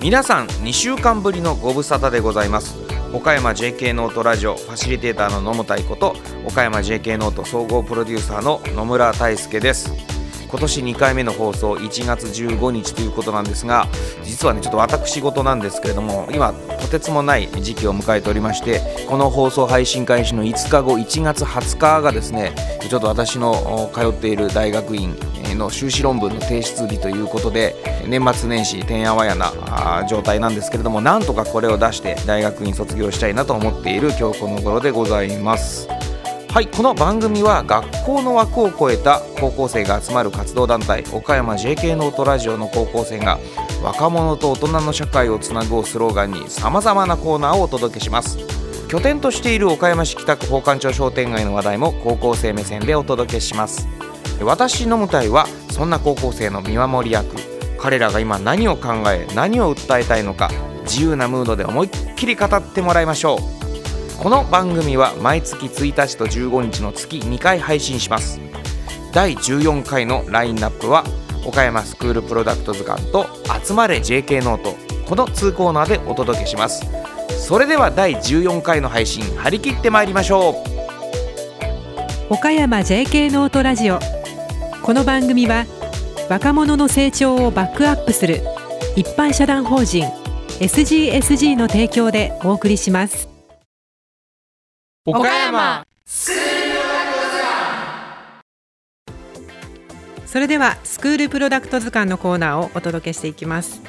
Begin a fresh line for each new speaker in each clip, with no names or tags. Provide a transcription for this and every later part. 皆さん2週間ぶりのご無沙汰でございます岡山 JK ノートラジオファシリテーターの野茂太子と岡山 JK ノート総合プロデューサーの野村大輔です今年2回目の放送1月15日ということなんですが実はねちょっと私事なんですけれども今とてつもない時期を迎えておりましてこの放送配信開始の5日後1月20日がですねちょっと私の通っている大学院の修士論文の提出日ということで年末年始てんやわやな状態なんですけれどもなんとかこれを出して大学院卒業したいなと思っている今日この頃でございます。はい、この番組は学校の枠を超えた高校生が集まる活動団体岡山 JK ノートラジオの高校生が若者と大人の社会をつなぐをスローガンにさまざまなコーナーをお届けします拠点としている岡山市北区宝冠町商店街の話題も高校生目線でお届けします私の舞台はそんな高校生の見守り役彼らが今何を考え何を訴えたいのか自由なムードで思いっきり語ってもらいましょうこの番組は毎月1日と15日の月2回配信します第14回のラインナップは岡山スクールプロダクト図鑑と「集まれ JK ノート」この2コーナーでお届けしますそれでは第14回の配信張り切ってまいりましょ
う岡山 JK ノートラジオこの番組は若者の成長をバックアップする一般社団法人 SGSG の提供でお送りします
岡山
それではスクールプロダクト図鑑のコーナーをお届けしていきます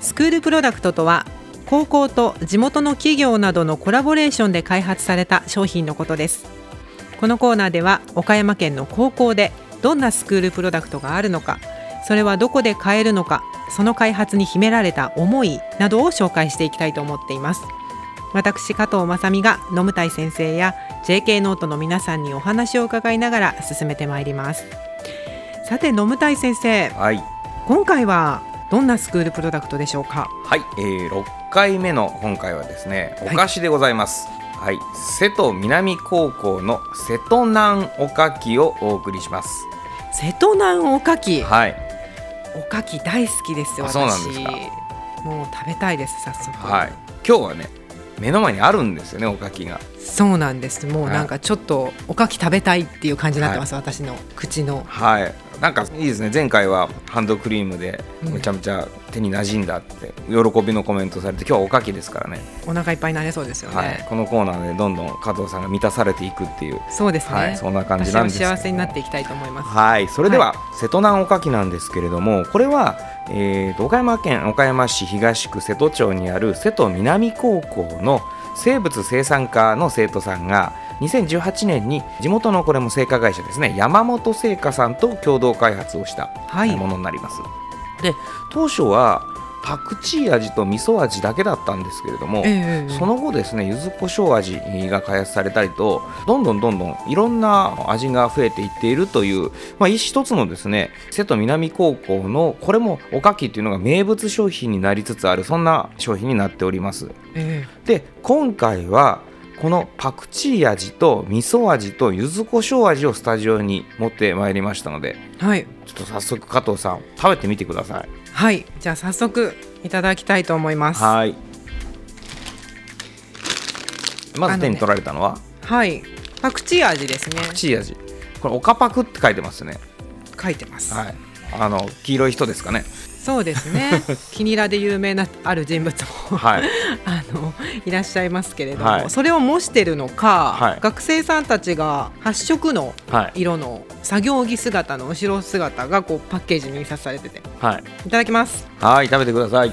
スクールプロダクトとは高校と地元の企業などのコラボレーションで開発された商品のことですこのコーナーでは岡山県の高校でどんなスクールプロダクトがあるのかそれはどこで買えるのかその開発に秘められた思いなどを紹介していきたいと思っています私加藤雅美が野武泰先生や JK ノートの皆さんにお話を伺いながら進めてまいりますさて野武泰先生、
はい、
今回はどんなスクールプロダクトでしょうか
はい、えー、6回目の今回はですねお菓子でございます、はい、はい、瀬戸南高校の瀬戸南おかきをお送りします
瀬戸南おかき
はい
おかき大好きですよ私
そうなんですか
もう食べたいです早速
はい今日はね目の前にあるんですよねおかきが
そうなんですもうなんかちょっとおかき食べたいっていう感じになってます、はい、私の口の
はいなんかいいですね前回はハンドクリームでめちゃめちゃ手に馴染んだって喜びのコメントされて今日はおかきですからね、
お腹いっぱいになれそうですよね、はい
このコーナーでどんどん加藤さんが満たされていくっていう、
そうですね、はい
そんな感じなんです
幸せになっていきたいと思います
はいそれでは、瀬戸南おかきなんですけれどもこれはえーと、と岡山県岡山市東区瀬戸町にある瀬戸南高校の生物生産科の生徒さんが2018年に地元のこれも製菓会社ですね山本製菓さんと共同開発をしたものになります。はい、で当初はパクチー味と味噌味だけだったんですけれども、えー、その後ですね柚子胡椒味が開発されたりとどんどんどんどんいろんな味が増えていっているという、まあ、一つのですね瀬戸南高校のこれもおかきというのが名物商品になりつつあるそんな商品になっております。えー、で今回はこのパクチー味と味噌味と柚子胡椒味をスタジオに持ってまいりましたので、
はい、
ちょっと早速加藤さん食べてみてください
はいじゃあ早速いただきたいと思います
はいまず手に取られたのは、ね、
はいパクチー味ですね
パクチー味これオカパクって書いてますね
書いてます
はいあの黄色い人ですかね
そうです ね。キニラで有名なある人物も、
はい、
あのいらっしゃいますけれども、はい、それを模してるのか、はい、学生さんたちが発色の色の作業着姿の後ろ姿がこうパッケージに印刷されてて、、
はい
いただきます。
はい食べてください。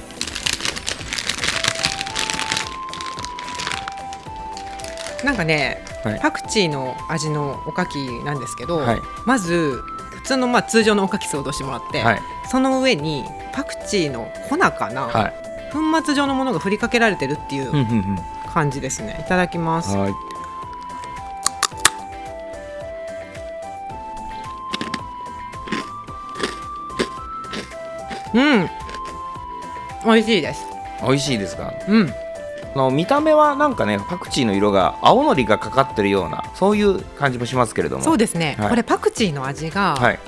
なんかね、パクチーの味のおかきなんですけど、まず普通のまあ通常のおかき想像してもらって、はい、その上にパクチーの粉かな、はい、粉末状のものが振りかけられてるっていう感じですねいただきます、はい、うん美味しいです
美味しいですか
うん
の見た目はなんかねパクチーの色が青のりがかかってるようなそういう感じもしますけれども
そうですね、、
はい
これパクチーの味が、はい、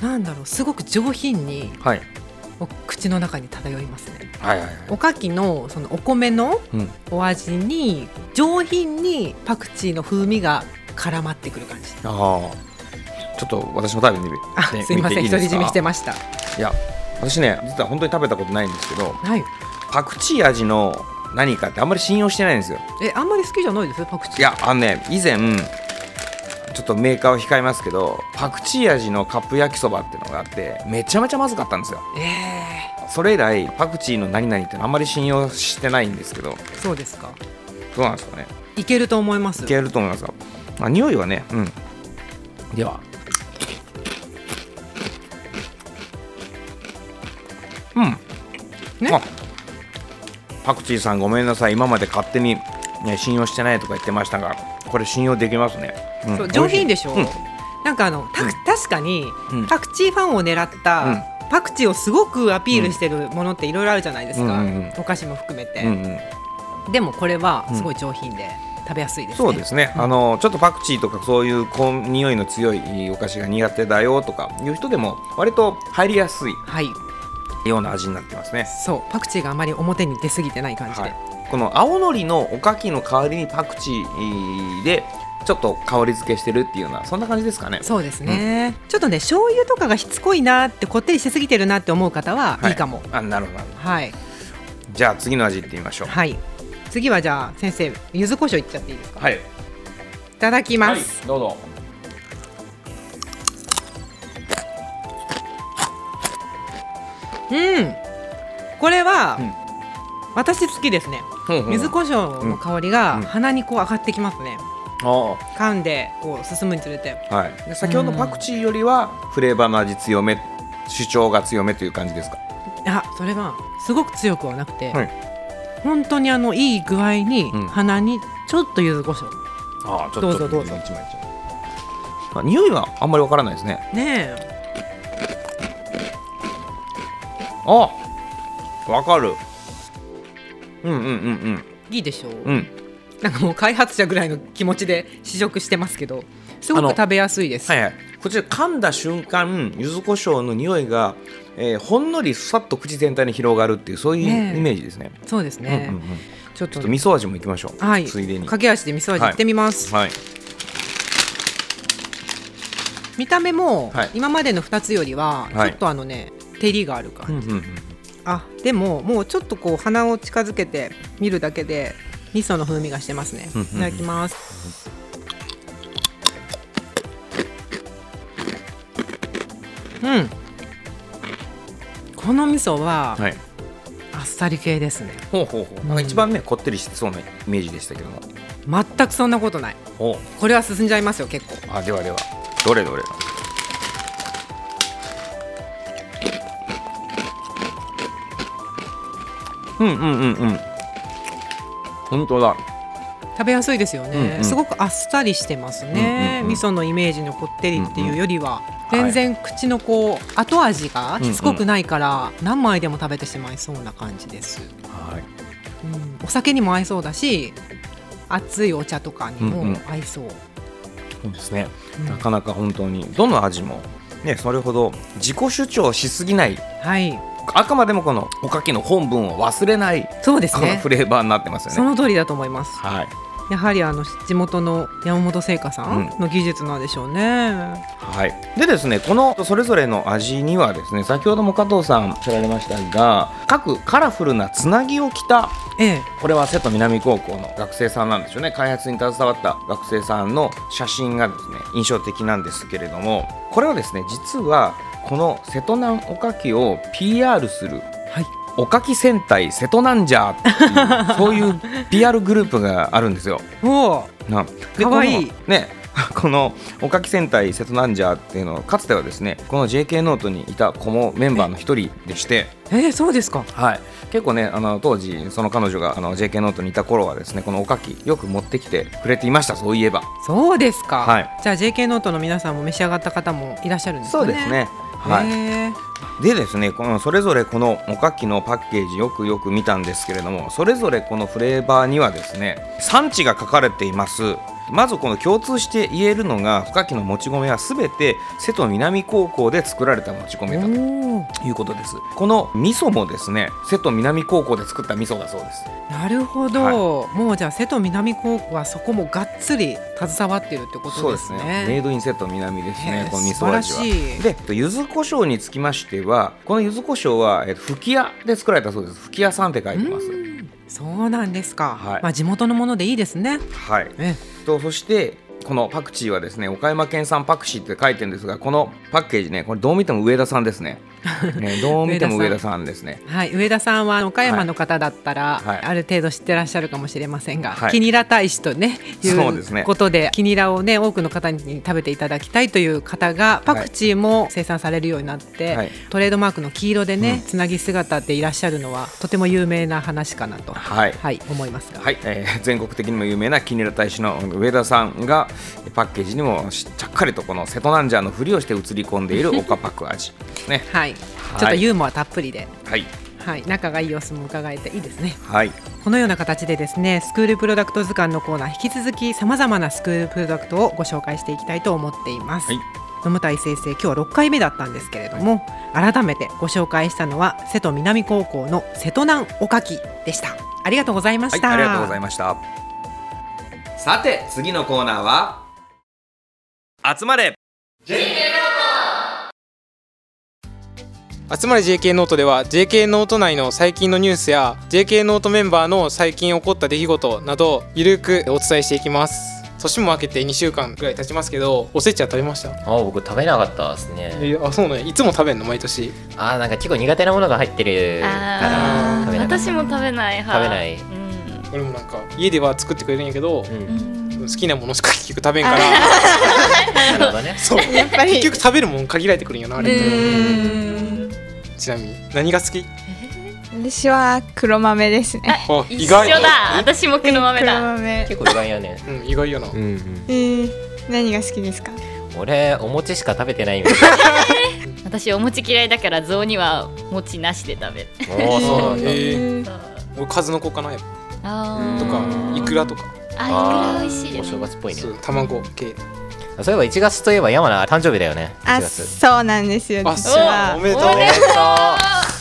なんだろうすごく上品に、
はい、
お口の中に漂いますね
はいはいはい
おかきのそのお米の
うん
お味に上品にパクチーの風味が絡まってくる感じ
ああちょっと私も食べてみ
あ
て
すいません
見
独り占めして
ま
ました
すいや私ね実は本当に食べたことないんですけど
はい
パクチー味の何かってあんまり信用してないんですよ
えあんまり好きじゃないですパクチー
いやあのね以前ちょっとメーカーを控えますけどパクチー味のカップ焼きそばっていうのがあってめちゃめちゃまずかったんですよ
え
それ以来パクチーの何々ってのあんまり信用してないんですけど
ー、そうですか
どうなんですかね
いけると思います
いけると思いますよ、まあ、匂いはねうんではうん
ね
あパクチーさんごめんなさい今まで勝手に、ね、信用してないとか言ってましたがこれ信用できますね、うん
そう上品でしょ、
うん
なんかあのた、
うん
確かに
うん
パクチーファンを狙った、
うん
パクチーをすごくアピールしてるものっていろいろあるじゃないですか、
うんうんうん
お菓子も含めて、
うんうん
でもこれはすごい上品で食べやすいですね、
そうですね、あのちょっとパクチーとかそういうこう匂いの強いお菓子が苦手だよとかいう人でも割と入りやすい
はい
ような味になってますね、
そうパクチーがあまり表に出過ぎてない感じで、
はい、この青のりのおかきの代わりにパクチーでちょっと香り付けしてるっていうようなそんな感じですかね
そうですね、ちょっとね醤油とかがしつこいなってこってりしすぎてるなって思う方は
はい
いいかも
あなるほどなるほ
はい
どじゃあ次の味いってみましょう
はい、次はじゃあ先生柚子胡椒いっちゃっていいですか、
はい、
いただき
は
ま
い
す、、
どうぞ
うんこれは、
うん
私好きですね
ほうほう
柚子胡椒の香りが
うん
鼻にこう上がってきますね
あ
噛んでこう進むにつれて
あはいで先ほどのパクチーよりはフレーバーの味強め主張が強めという感じですか
あそれがすごく強くはなくて、
はい
本当にあのいい具合に
うん
鼻にちょっと柚子胡椒
ああちょっと
どうぞどうぞ
一枚一枚あ匂いはあんまりわからないですね
ねえ
あわかるうんうんうん
いいでしょう、
うんうん
なんかもう開発者ぐらいの気持ちで試食してますけどすご
あの
く食べやすいです、
はいはいこちら噛んだ瞬間柚子胡椒の匂いが、えーほんのりさっと口全体に広がるっていうそうい
ね
う
え
イメージですね
そうですね、
うんうんうん、ち
ちょっと
ょっと味噌味もいきましょう、
はい
ついでに
駆け足で味噌味いってみます、
はい
見た目も、
はい
今までの2つよりはちょ
はい
っとあのね、照りがある感じ、
うんうんうん
あでももうちょっとこう鼻を近づけて見るだけで味噌の風味がしてますね、
うんうん
いただきますうんこの味噌は
はい
あっさり系ですね
ほうほうほうなんか一番ねこってりしてそうなイメージでしたけども
全くそんなことない
ほ
これは進んじゃいますよ結構
うあではではどれどれうんうんうんうん本当だ
食べやすいですよね、
うんうん
すごくあっさりしてますね、
うんうんうん
味噌のイメージのこってりっていうよりは、
うんうん
全然口のこう後味がしつこくないから何枚でも食べてしまいそうな感じです、
はい
うん、お酒にも合いそうだし熱いお茶とかに
うんう
も
ん
合いそう、
そうですね
うん
なかなか本当にどの味も、ね、それほど自己主張しすぎない
はい
あくまでもこのおかきの本文を忘れない
そうです
この
ね
フレーバーになってます
そ
よね。
の通りだと思います
はい、
やはりあの地元の山本製菓さんの技術なんでしょうね、
はい、でですねこのそれぞれの味にはですね先ほども加藤さんおっしゃられましたが各カラフルなつなぎを着た
ええ
これは瀬戸南高校の学生さんなんでしょうね開発に携わった学生さんの写真がですね印象的なんですけれどもこれはですね実はこの瀬戸南おかきを PR する
はい
おかき戦隊瀬戸なんじゃっていうそういう PR グループがあるんですよ。
おお
なで
かわいい
このね このおかき戦隊瀬戸なんじゃっていうのはかつてはですねこの JK ノートにいた子もメンバーの一人でして、
ええそうですか
はい、結構ねあの当時その彼女があの JK ノートにいた頃はですねこのおかきよく持ってきてくれていましたそういえば。
そうですか、
はい
じゃあ JK ノートの皆さんも召し上がった方もいらっしゃるんですかね
はい、
へー
でですねこのそれぞれこのおかきのパッケージよくよく見たんですけれどもそれぞれこのフレーバーにはですね産地が書かれていますまずこの共通して言えるのが深きのもち米はすべて瀬戸南高校で作られたもち米だと
おー
いうことですこの味噌もですね瀬戸南高校で作った味噌だそうです
なるほど、もうじゃあ瀬戸南高校はそこもがっつり携わっているってことです
メイ
ね。
ドインセット南です
へ
ね
え、
この味
素晴
噌
ら
味は
し。い。
で、柚子胡椒につきましては、この柚子胡椒は、えっと、吹き屋で作られたそうです。吹き屋さんって書いてます。
うんそうなんですか。
はい
まあ地元のものでいいですね。
はい。
え
と、そして、このパクチーはですね、岡山県産パクチーって書いてるんですが、このパッケージね、これどう見ても上田さんです ね。ねどう見ても上
上
田
田
さんですね。
はい、上田さんは岡山の方だったら、
はいはい
ある程度知ってらっしゃるかもしれませんが、
はい
キニラ大使とねい
そうですね
うことでキニラをね多くの方に食べていただきたいという方がパクチーも生産されるようになって、
はい
トレードマークの黄色で
う
ね、
ん
つなぎ姿でいらっしゃるのはとても有名な話かなと、
はい。
はい、思いますが、。
はい、えー全国的にも有名なキニラ大使の上田さんがパッケージにもしちゃっかりとこの瀬戸南ジャーのふりをして映り込んでいる岡パク味ですね
はい、ちょっとユーモアたっぷりで、
はい、
はい、仲がいい様子も伺えていいですね。
はい、
このような形でですねスクールプロダクト図鑑のコーナー引き続きさまざまなスクールプロダクトをご紹介していきたいと思っています、
はい
野村大先生今日は6回目だったんですけれども改めてご紹介したのは瀬戸南高校の瀬戸南おかきでしたありがとうございま
は
し
い、
た、
ありがとうございました。さて、次のコーナーは。集まれ。
集まれ JK ノートでは JK ノート内の最近のニュースや JK ノートメンバーの最近起こった出来事などゆるくお伝えしていきます年も明けて2週間ぐらい経ちますけどおせちは食べました
あ僕食べなかったですね
えあそうねいつも食べんの毎年
あーなんか結構苦手なものが入ってるから
あ
食
ー
べなかった
私も食べない派
食べない
うん
俺もなんか家では作ってくれるんやけど、
うん
好きなものしか結局食べんから
なるほど ね
そう
やっぱり
結局食べるもん限られてくるんよなあ
う
れって
ーん
ちなみに何が好き
私は黒豆ですね。
あ
一緒だ私も黒豆
黒
だ
豆。
結構意外やね
うん意外やな、
うん、うん、
えー、何が好きですか？
俺お餅しか食べてないんだ
私お餅嫌いだから雑煮は餅なしで食べる
おおそうなんだ、
えー、
えー
俺数の子かなやっぱ
あー
とかイクラとか
あいくら美味しい
お
よ
正
ね
月っぽいね
そう卵系
あそういえば1月といえば山名誕生日だよね1
あ、
月
そうなんですよ。
あ
実
そうお
は
めでとう
おめでとう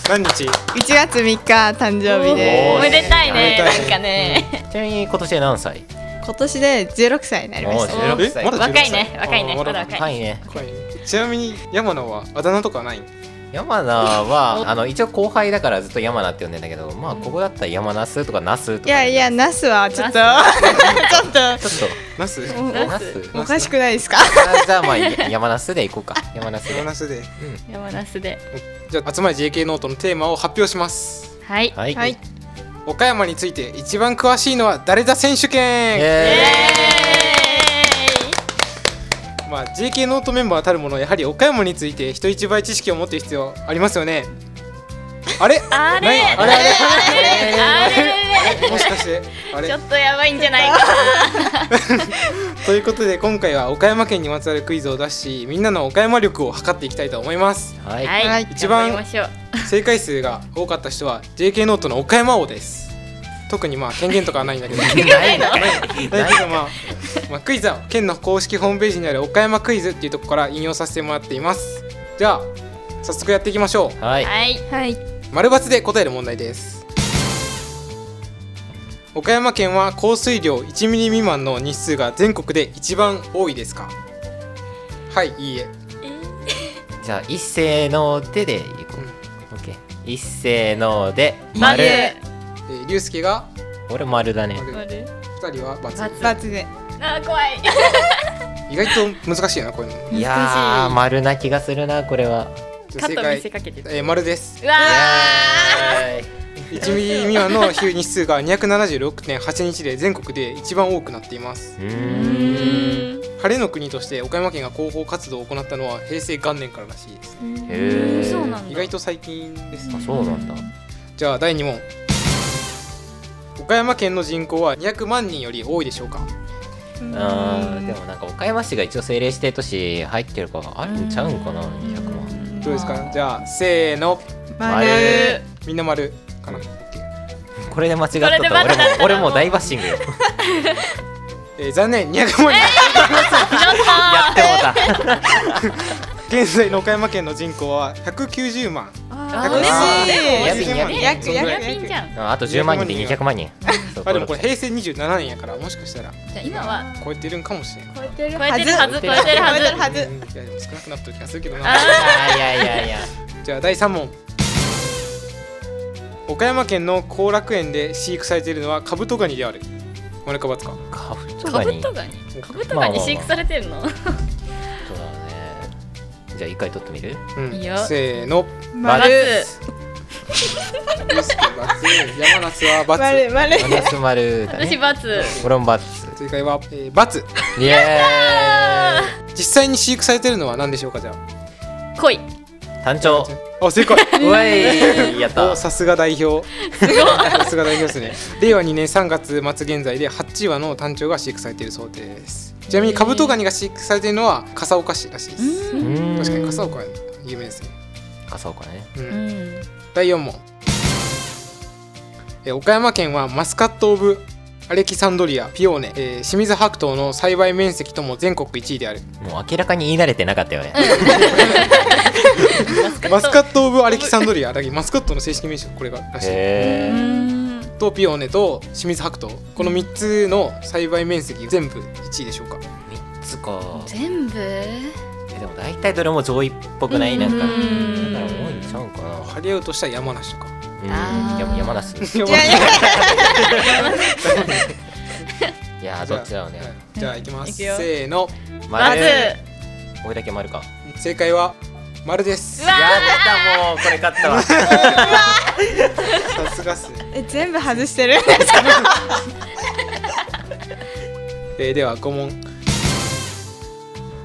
何日
1月3日誕生日
お
で
ー
おめでたいね
おめでたい
なんかね
ちなみに今年は何歳
す。今年で16歳になりまし
お
た。
ー16
え
歳
まだ16歳
若いね若いね
あ
ま
ーま
だ
だ
若い
はいね
若いちなみに山名はあだ名とかはないん
山名はあの一応後輩だからずっと山名って呼んでんだけどまあここだったら山那須とか那須とか
いやいや、ナスはちょっとちょっと
ちょっ
ナス
お
と那須
お
おかしくないですか？
あじゃあまあ山那須で行こうか山那須で
ナスで
山ナスで
じゃあ集まり JK ノートのテーマを発表します
はい
はい、
はい。
岡山について一番詳しいのは誰だ選手
イ
権
イエ
エーイ
まあ JK ノートメンバーたるものやはり岡山について人一倍知識を持っている必要ありますよねあれ
あれ
ないあれあれ
ーイあれ
もしかしてあ
ーちょ
れ
っとやばいんじゃないかな
ということで今回は岡山県にまつわるクイズを出しみんなの岡山力を測っていきたいと思います
はい
はい
一番
頑張りましょう
正解数が多かった人は JK ノートの岡山王です特にまあ権限とかはないんだけ どない
ないの
だけどまあ、まあ、クイズは県の公式ホームページにある岡山クイズっていうところから引用させてもらっていますじゃあ早速やっていきましょ
はい
はい
はい。
う丸×で答える問題です岡山県は降水量1ミリ未満の日数が全国で一番多いですかはいいいえ
じゃあ一斉の手でいこ
うん
う。オッケー。一斉ので
ま
丸
る。
えー、龍介が
俺丸だね。
丸2人は×
バツで。
あー怖い
意外と難しいなこういうの
いやー丸な気がするなこれは。
じゃ
カ
あ
ッ
正
ト見
解
せかけてる
えー、丸です
うわ
イエ
1ミリ未満の日日数が276.8日で全国で一番多くなっています
ーイう
ーう
ーん。
ーん
晴れの国として岡山県が広報活動を行ったのは平成元年かららしいです
へー
そうなんだ
意外と最近です
あそうなんだ。
じゃあ第2問岡山県の人口は200万人より多いでしょうか
あーでもなんか岡山市が一応政令指定都市入ってるからあるんちゃうんかな200万。
どうですかじゃあせーの
丸。
みんな丸かな、オッケー
これで間違っ
これ
た
で
と
間違った
俺
ら
も俺も大バッシングよ。
えー残念200万円
やっ
やってもうた。
現在の岡山県の人口は190万
あ
ー
ー
嬉しい
嬉しい
やっぱ
やっぱ
た
やっ
ニ
ぱ
アピンじゃん
あと10万人で200万人。そう
あでもこれ平成27年やからもしかしたら
じゃあ今は
超えてるんかもしれん
超えてる
超えてるはず超えてるはず
超えてるは
う
ず
んいやでも少なくなった気がするけどな
あ
いやいやいや。
じゃあ第3問岡山県の後楽園で飼育されているのはカブトガニである丸かツか
カブ
ー
ト
カ
ガ
ブ
ニ。
トガニカブトガニ飼育されてるの
そうだね。じゃあ一回取ってみる
うん
いいよ
せーの
バツ
ユースケバツ山梨はバツ
丸丸
マナスマルだ
私
ね。
バツ
コロンバツ。
正解は、えー、バツ
イエー
実際に飼育されているのは何でしょうかじゃ
恋
イ単調。
ああ正解
うわいやった
お。さすが代表 さすが代表ですね令和2年3月末現在で8羽の単調が飼育されているそうですちなみにカブトガニが飼育されているのは笠岡市らしいです確かに笠岡は有名ですね、
笠岡ね。
うん
うん
第4問えー岡山県はマスカット・オブ・アレキサンドリア・ピオーネ、えー清水白桃の栽培面積とも全国1位である
もう明らかに言い慣れてなかったよね。
マスカット・オブ・アレキサンドリアだけどマスカットの正式名称これがらしい
へえ。
とピオーネと清水白桃この3つの栽培面積全部1位でしょうか
三つか。
全部
えでも大体どれも上位っぽくないなんか。だか
うん
ら多いんちゃうんかな。
張り合うとしたら山梨とか
うん。
あー
や山梨。
山
いやいや
いやー
じゃ
ど
あ
っちだろうね。
じゃあ行きま
い
す
くよ
せーの
バツ
これだけ丸か。
正解は丸です
うわ
やったもうこれ勝ったわ。
さすがっすね
え全部外してる
えーでは5問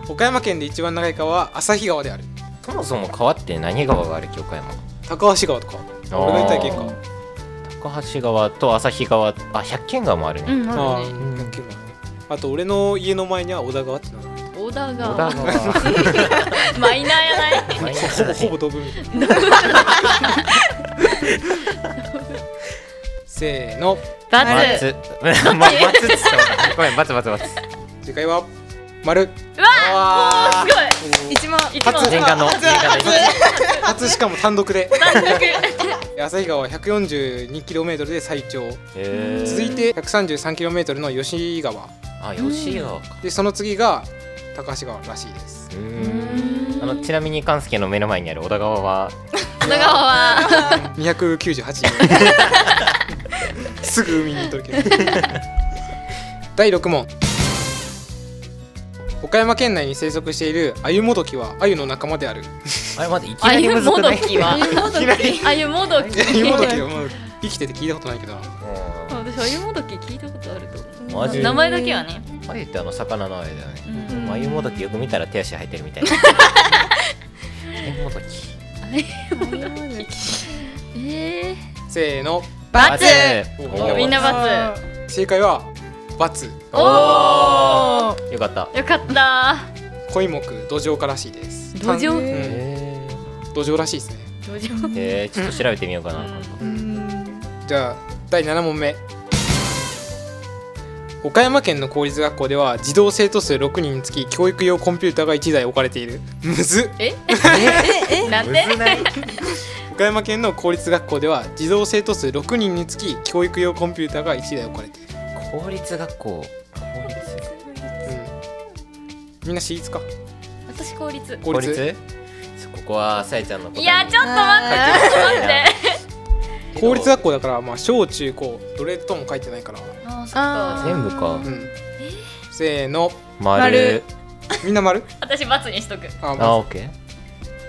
岡山県で一番長い川は旭川である
そもそも川って何川がある境界も。
高橋川とか
ー
俺の言った結果
高橋川と旭川あ百軒川もある
う
ね。
ん
あ
ある
ー
ね
ん
うん結構あと俺の家の前には小田川ってのがある
オーダー
小田
が
川。
マイナーやない
毎日
ほ ぼほぼ飛ぶみたいなせーの
バ
バ
ツ
ツ。まバツっつったわごめんバツバツバツ。
次回は丸
すごい
一 問
一問
念願の念願の。
初しかも単独で
単独
旭川は 142km で最長
へー
続い。て 133km の吉井川
あ吉川か。
でその次が高橋川らしいです
うーんあのちなみに勘介の目の前にある小田川は
小田川は
298すぐ海に行っとるけど第6問岡山県内に生息しているアユモドキはアユの仲間である
あれ待っていき
あ
なり
ゆ
むず
も
く
ど
ない。
きはあゆもどき
アユモドキはもう生きてて聞いたことないけどな
う
私あゆもどき聞いたことあると思
んマジ
う。名前だけはね
あれってあの魚のあれだよね。
うん
まあ、湯もどきよく見たら手足生えて るみたいな。湯もどき。
えー
せーの
バツ
おー
みんなバツ
正解はバツ
お
おーよかった。
よかった
恋木土壌からしいです
土壌
うん
へ
土壌らしいですね
土壌
ーえー、ちょっと調べてみようかな。
じゃあ第7問目岡山県の公立学校では児童生徒数6人につき教育用コンピューターが1台置かれているむずっ
ええ なんで
岡山県の公立学校では児童生徒数6人につき教育用コンピューターが1台置かれている、
公立学校。公立。
うんみんな私立か
私公立
公立
ここはさえちゃんの答え。
いやちょっと待ってちょっと待って
公立学校だからまあ小中高どれとも書いてないから
あーそっか
全部か
うん。せーの
丸。
みんな丸
私バツにしとく
あ、
あ、
ま
オッケー。
あ、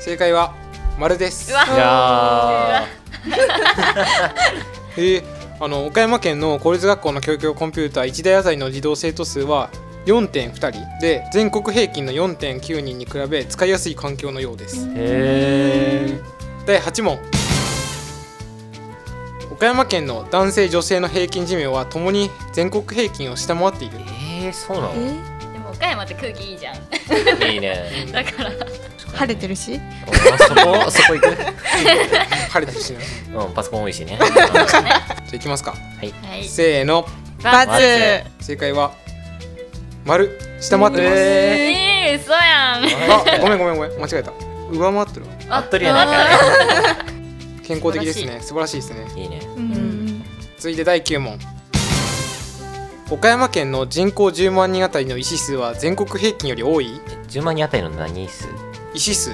正解は丸です
うわ
いや
えーあの岡山県の公立学校の教育用コンピューター1台あたりの児童生徒数は4.2人で全国平均の4.9人に比べ使いやすい環境のようです
ー。へえ。
第8問岡山県の男性女性の平均寿命はともに全国平均を下回っている
えー、そうなの。
え
でも岡山って空気いいじゃん
いいね。
だから
晴れてるし
おー。そこ、そこ行く。
晴れてるしなじ
うん、 パソコン多いしね。
ゃあいきますか
はい
せーの
バツ
バツ
正解は丸下回ってます、
えー、嘘やん。
あごめんごめんごめん間違えた上回ってる
あ
わ
あっとるやないか
健康的ですね素晴らしいですね
いいね
うん
続いて第9問岡山県の人口10万人あたりの医師数は全国平均より多い
え10万人あたりの何数
医師数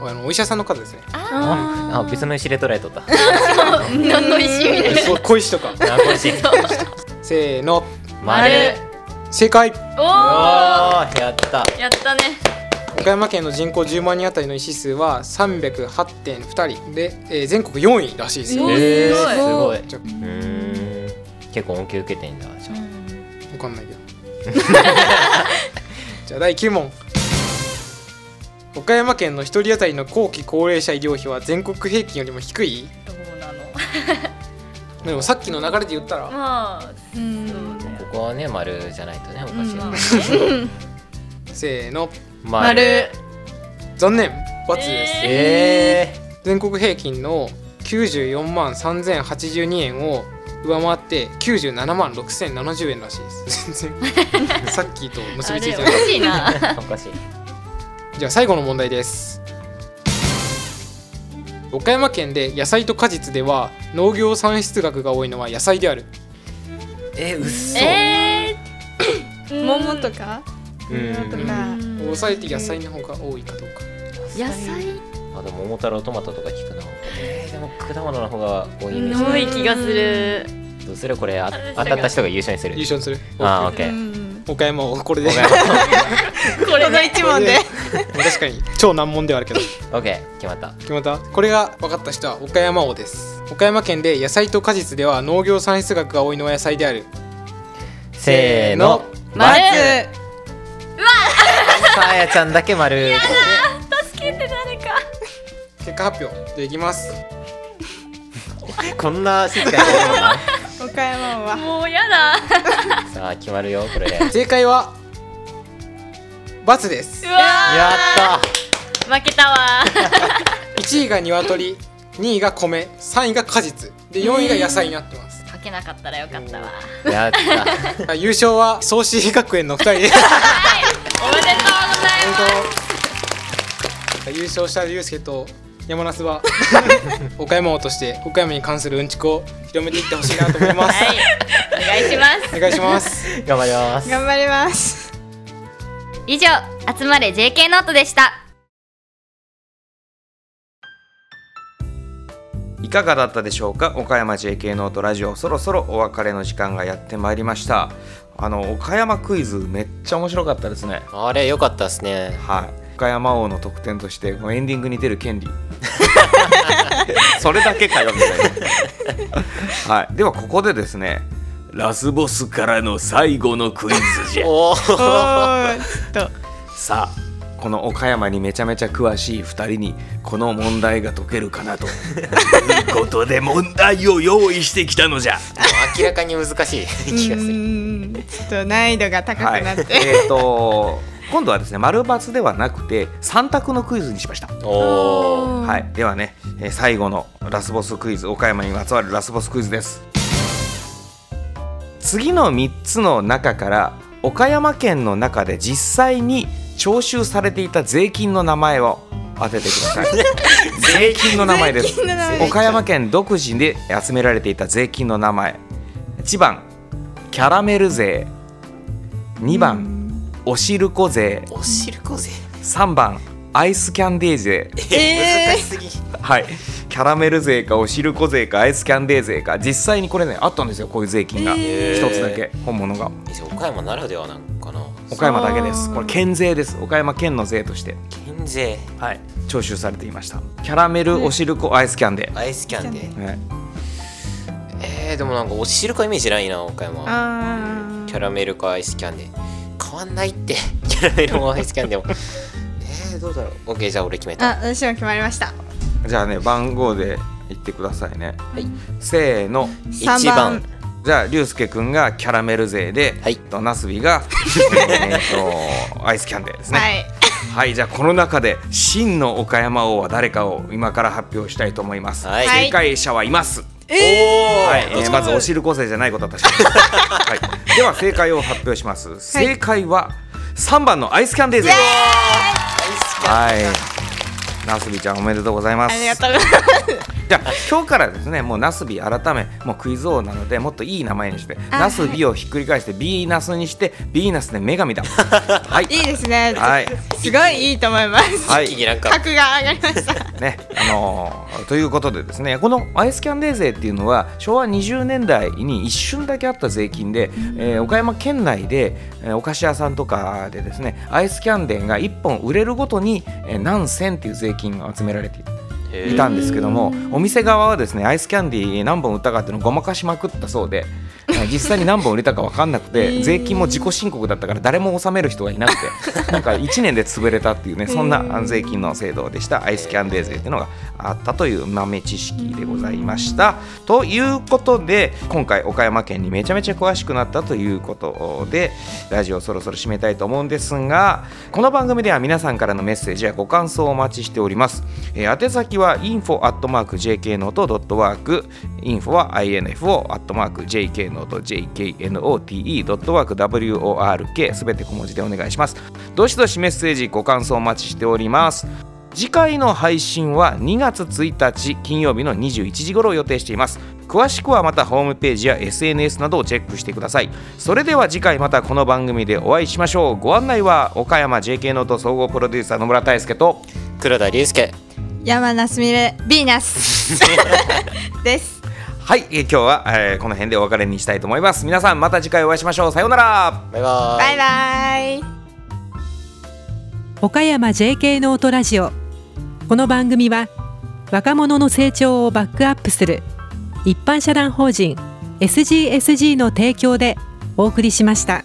あのお医者さんの数ですね
ああ別の石で捉えとった
何の意思みたい な。
そう小石とか
あこれし
せーの
丸
正解
お
お
お
ーやった
ー。やったね。
岡山県の人口10万人あたりの医師数は308.2人で、えー全国4位らしいですよ
おー
えー
す
すご
ご
いう
じゃ
ーん結構恩恵受けてんだじゃ
わ
あ
かんないけど じゃあ第9問岡山県の1人当たりの後期高齢者医療費は全国平均よりも低い
どうなの。
でもさっきの流れで言ったら
まあ、
う
そうんだよ
こ。こはね丸じゃないとねおか
う
しい
んまあ ね
せーの
丸
残念×です、
えー
全国平均の94万3082円を上回って97万6070円らしいです全然さっきと結
あ
びつい
れ
て
お
ない
かしいな。
おかしい
じゃあ最後の問題です岡山県で野菜と果実では農業産出額が多いのは野菜である
えうっそ
えー。
桃とか
うん
桃と
う
か
ん。
抑えて野菜の方が多いかどうか
野菜。
あでも桃太郎トマトとか聞くなえーでも果物の方が多いイメー
多い気がする。
ジどうするこれあ当たった人が優勝にする
優勝にする
ああオッケー
うん
岡山をこれで
岡山
これ
この
ね。
一問で
確かに超難問ではあるけど
オッケー決まった
決まったこれが分かった人は岡山王です岡山県で野菜と果実では農業産出額が多いのは野菜である
せーの
丸
丸
え
さあやちゃんだけ丸
助けて誰か。
結果発表でいきます
こんな静かにやるのか
岡山は
もうやだ。
なさあ決まるよこれでやっ
正解はバツです
うわ
た
ー。負けたわー。
1位が鶏2位が米3位が果実で4位が野菜になってます
かけなかったらよかったわ。
やった
あ優勝は創志学園の2人で
お
す
めでとうございます。
優勝した龍介と山那須は岡山王として岡山に関するうんちくを広めていってほしいなと思います
はい、お願いします。
お願いします
頑張ります
頑張ります
以上、集まれ JK ノートでした。
いかがだったでしょうか岡山 JK ノートラジオそろそろお別れの時間がやってまいりましたあの岡山クイズめっちゃ面白かったですね
あれ良かったですね
はい岡山王の特典としてこのエンディングに出る権利 それだけかよみたいな はいではここでですねラスボスからの最後のクイズじゃ
おお
さあこの岡山にめちゃめちゃ詳しい2人にこの問題が解けるかなということで問題を用意してきたのじゃ
明らかに難しい気がす
う
る
んちょっと難易度が高
は
く
い
なって、
えっと今度はですね丸×ではなくて3択のクイズにしました
おお
はい、ではね、えー最後のラスボスクイズ岡山にまつわるラスボスクイズです次の3つの中から岡山県の中で実際に徴収されていた税金の名前を当ててくだ さい税金の名前です
税金の名前
岡山県独自で集められていた税金の名前1番キャラメル税2番おしるこ税
おしるこぜ
3番アイスキャンデー税
え
すぎ
はい、キャラメル税かおしるこ税かアイスキャンデー税か実際にこれねあったんですよこういう税金が一、つだけ本物が
岡山ならではなんかな
岡山だけですこれ県税です岡山県の税として、
県税
はい、徴収されていましたキャラメルおしるこアイスキャンデ
アイスキャンで
ー、はい、
えー、でもなんかおしるこイメージないな岡
ー、
山
あ
キャラメルかアイスキャンで変わんないってキャラメルもアイスキャンでもえー、どうだろう OK じゃあ俺決め
あ
た
あ私は決まりました
じゃあね番号で言ってくださいね、
はい
せーの
3
1番
じゃあ龍介くんがキャラメル税で、
はい
となすびがえーとアイスキャンデーですね
はい
はい、じゃあこの中で真の岡山王は誰かを今から発表したいと思います。
はい
はい
正解者はいます。はい、え
どっ
ー
ちか
まずお汁構成じゃないことは確かに、はい、では正解を発表します、正解は3番のアイスキャンディーズはいなすびちゃんおめでとうございます
ありがとうございます。
じゃあ今日からですねもうなすび改めもうクイズ王なのでもっといい名前にしてなすびをひっくり返してビーナスにしてビーナスで女神だはい
いいですね。
はい
すごいいいと思います。
はい
一気になんか
格が上がりました。
ねあのーということでですねこのアイスキャンデー税っていうのは昭和20年代に一瞬だけあった税金で、えー岡山県内で、えーお菓子屋さんとかでですねアイスキャンデーが1本売れるごとに、えー何銭っていう税金が集められていた。いたんですけどもお店側はですねアイスキャンディー何本売ったかっていうのをごまかしまくったそうでえー実際に何本売れたか分かんなくて税金も自己申告だったから誰も納める人がいなくてなんか1年で潰れたっていうねそんなあの税金の制度でしたアイスキャンデー税っていうのがあったという豆知識でございました。ということで今回岡山県にめちゃめちゃ詳しくなったということでラジオそろそろ締めたいと思うんですがこの番組では皆さんからのメッセージやご感想をお待ちしております、えー宛先は info.jknote.work info は info.jknote.jknote.work すべて小文字でお願いしますどしどしメッセージご感想お待ちしております次回の配信は2月1日金曜日の21時頃を予定しています詳しくはまたホームページや SNS などをチェックしてくださいそれでは次回またこの番組でお会いしましょうご案内は岡山 JK ノート総合プロデューサー野村大輔と
黒田龍介
山名すみれビーナスです。
はい、えー今日は、えーこの辺でお別れにしたいと思います皆さんまた次回お会いしましょうさようなら
バイバイ
バイバイ。
岡山 JK ノートラジオこの番組は若者の成長をバックアップする一般社団法人 SGSG の提供でお送りしました。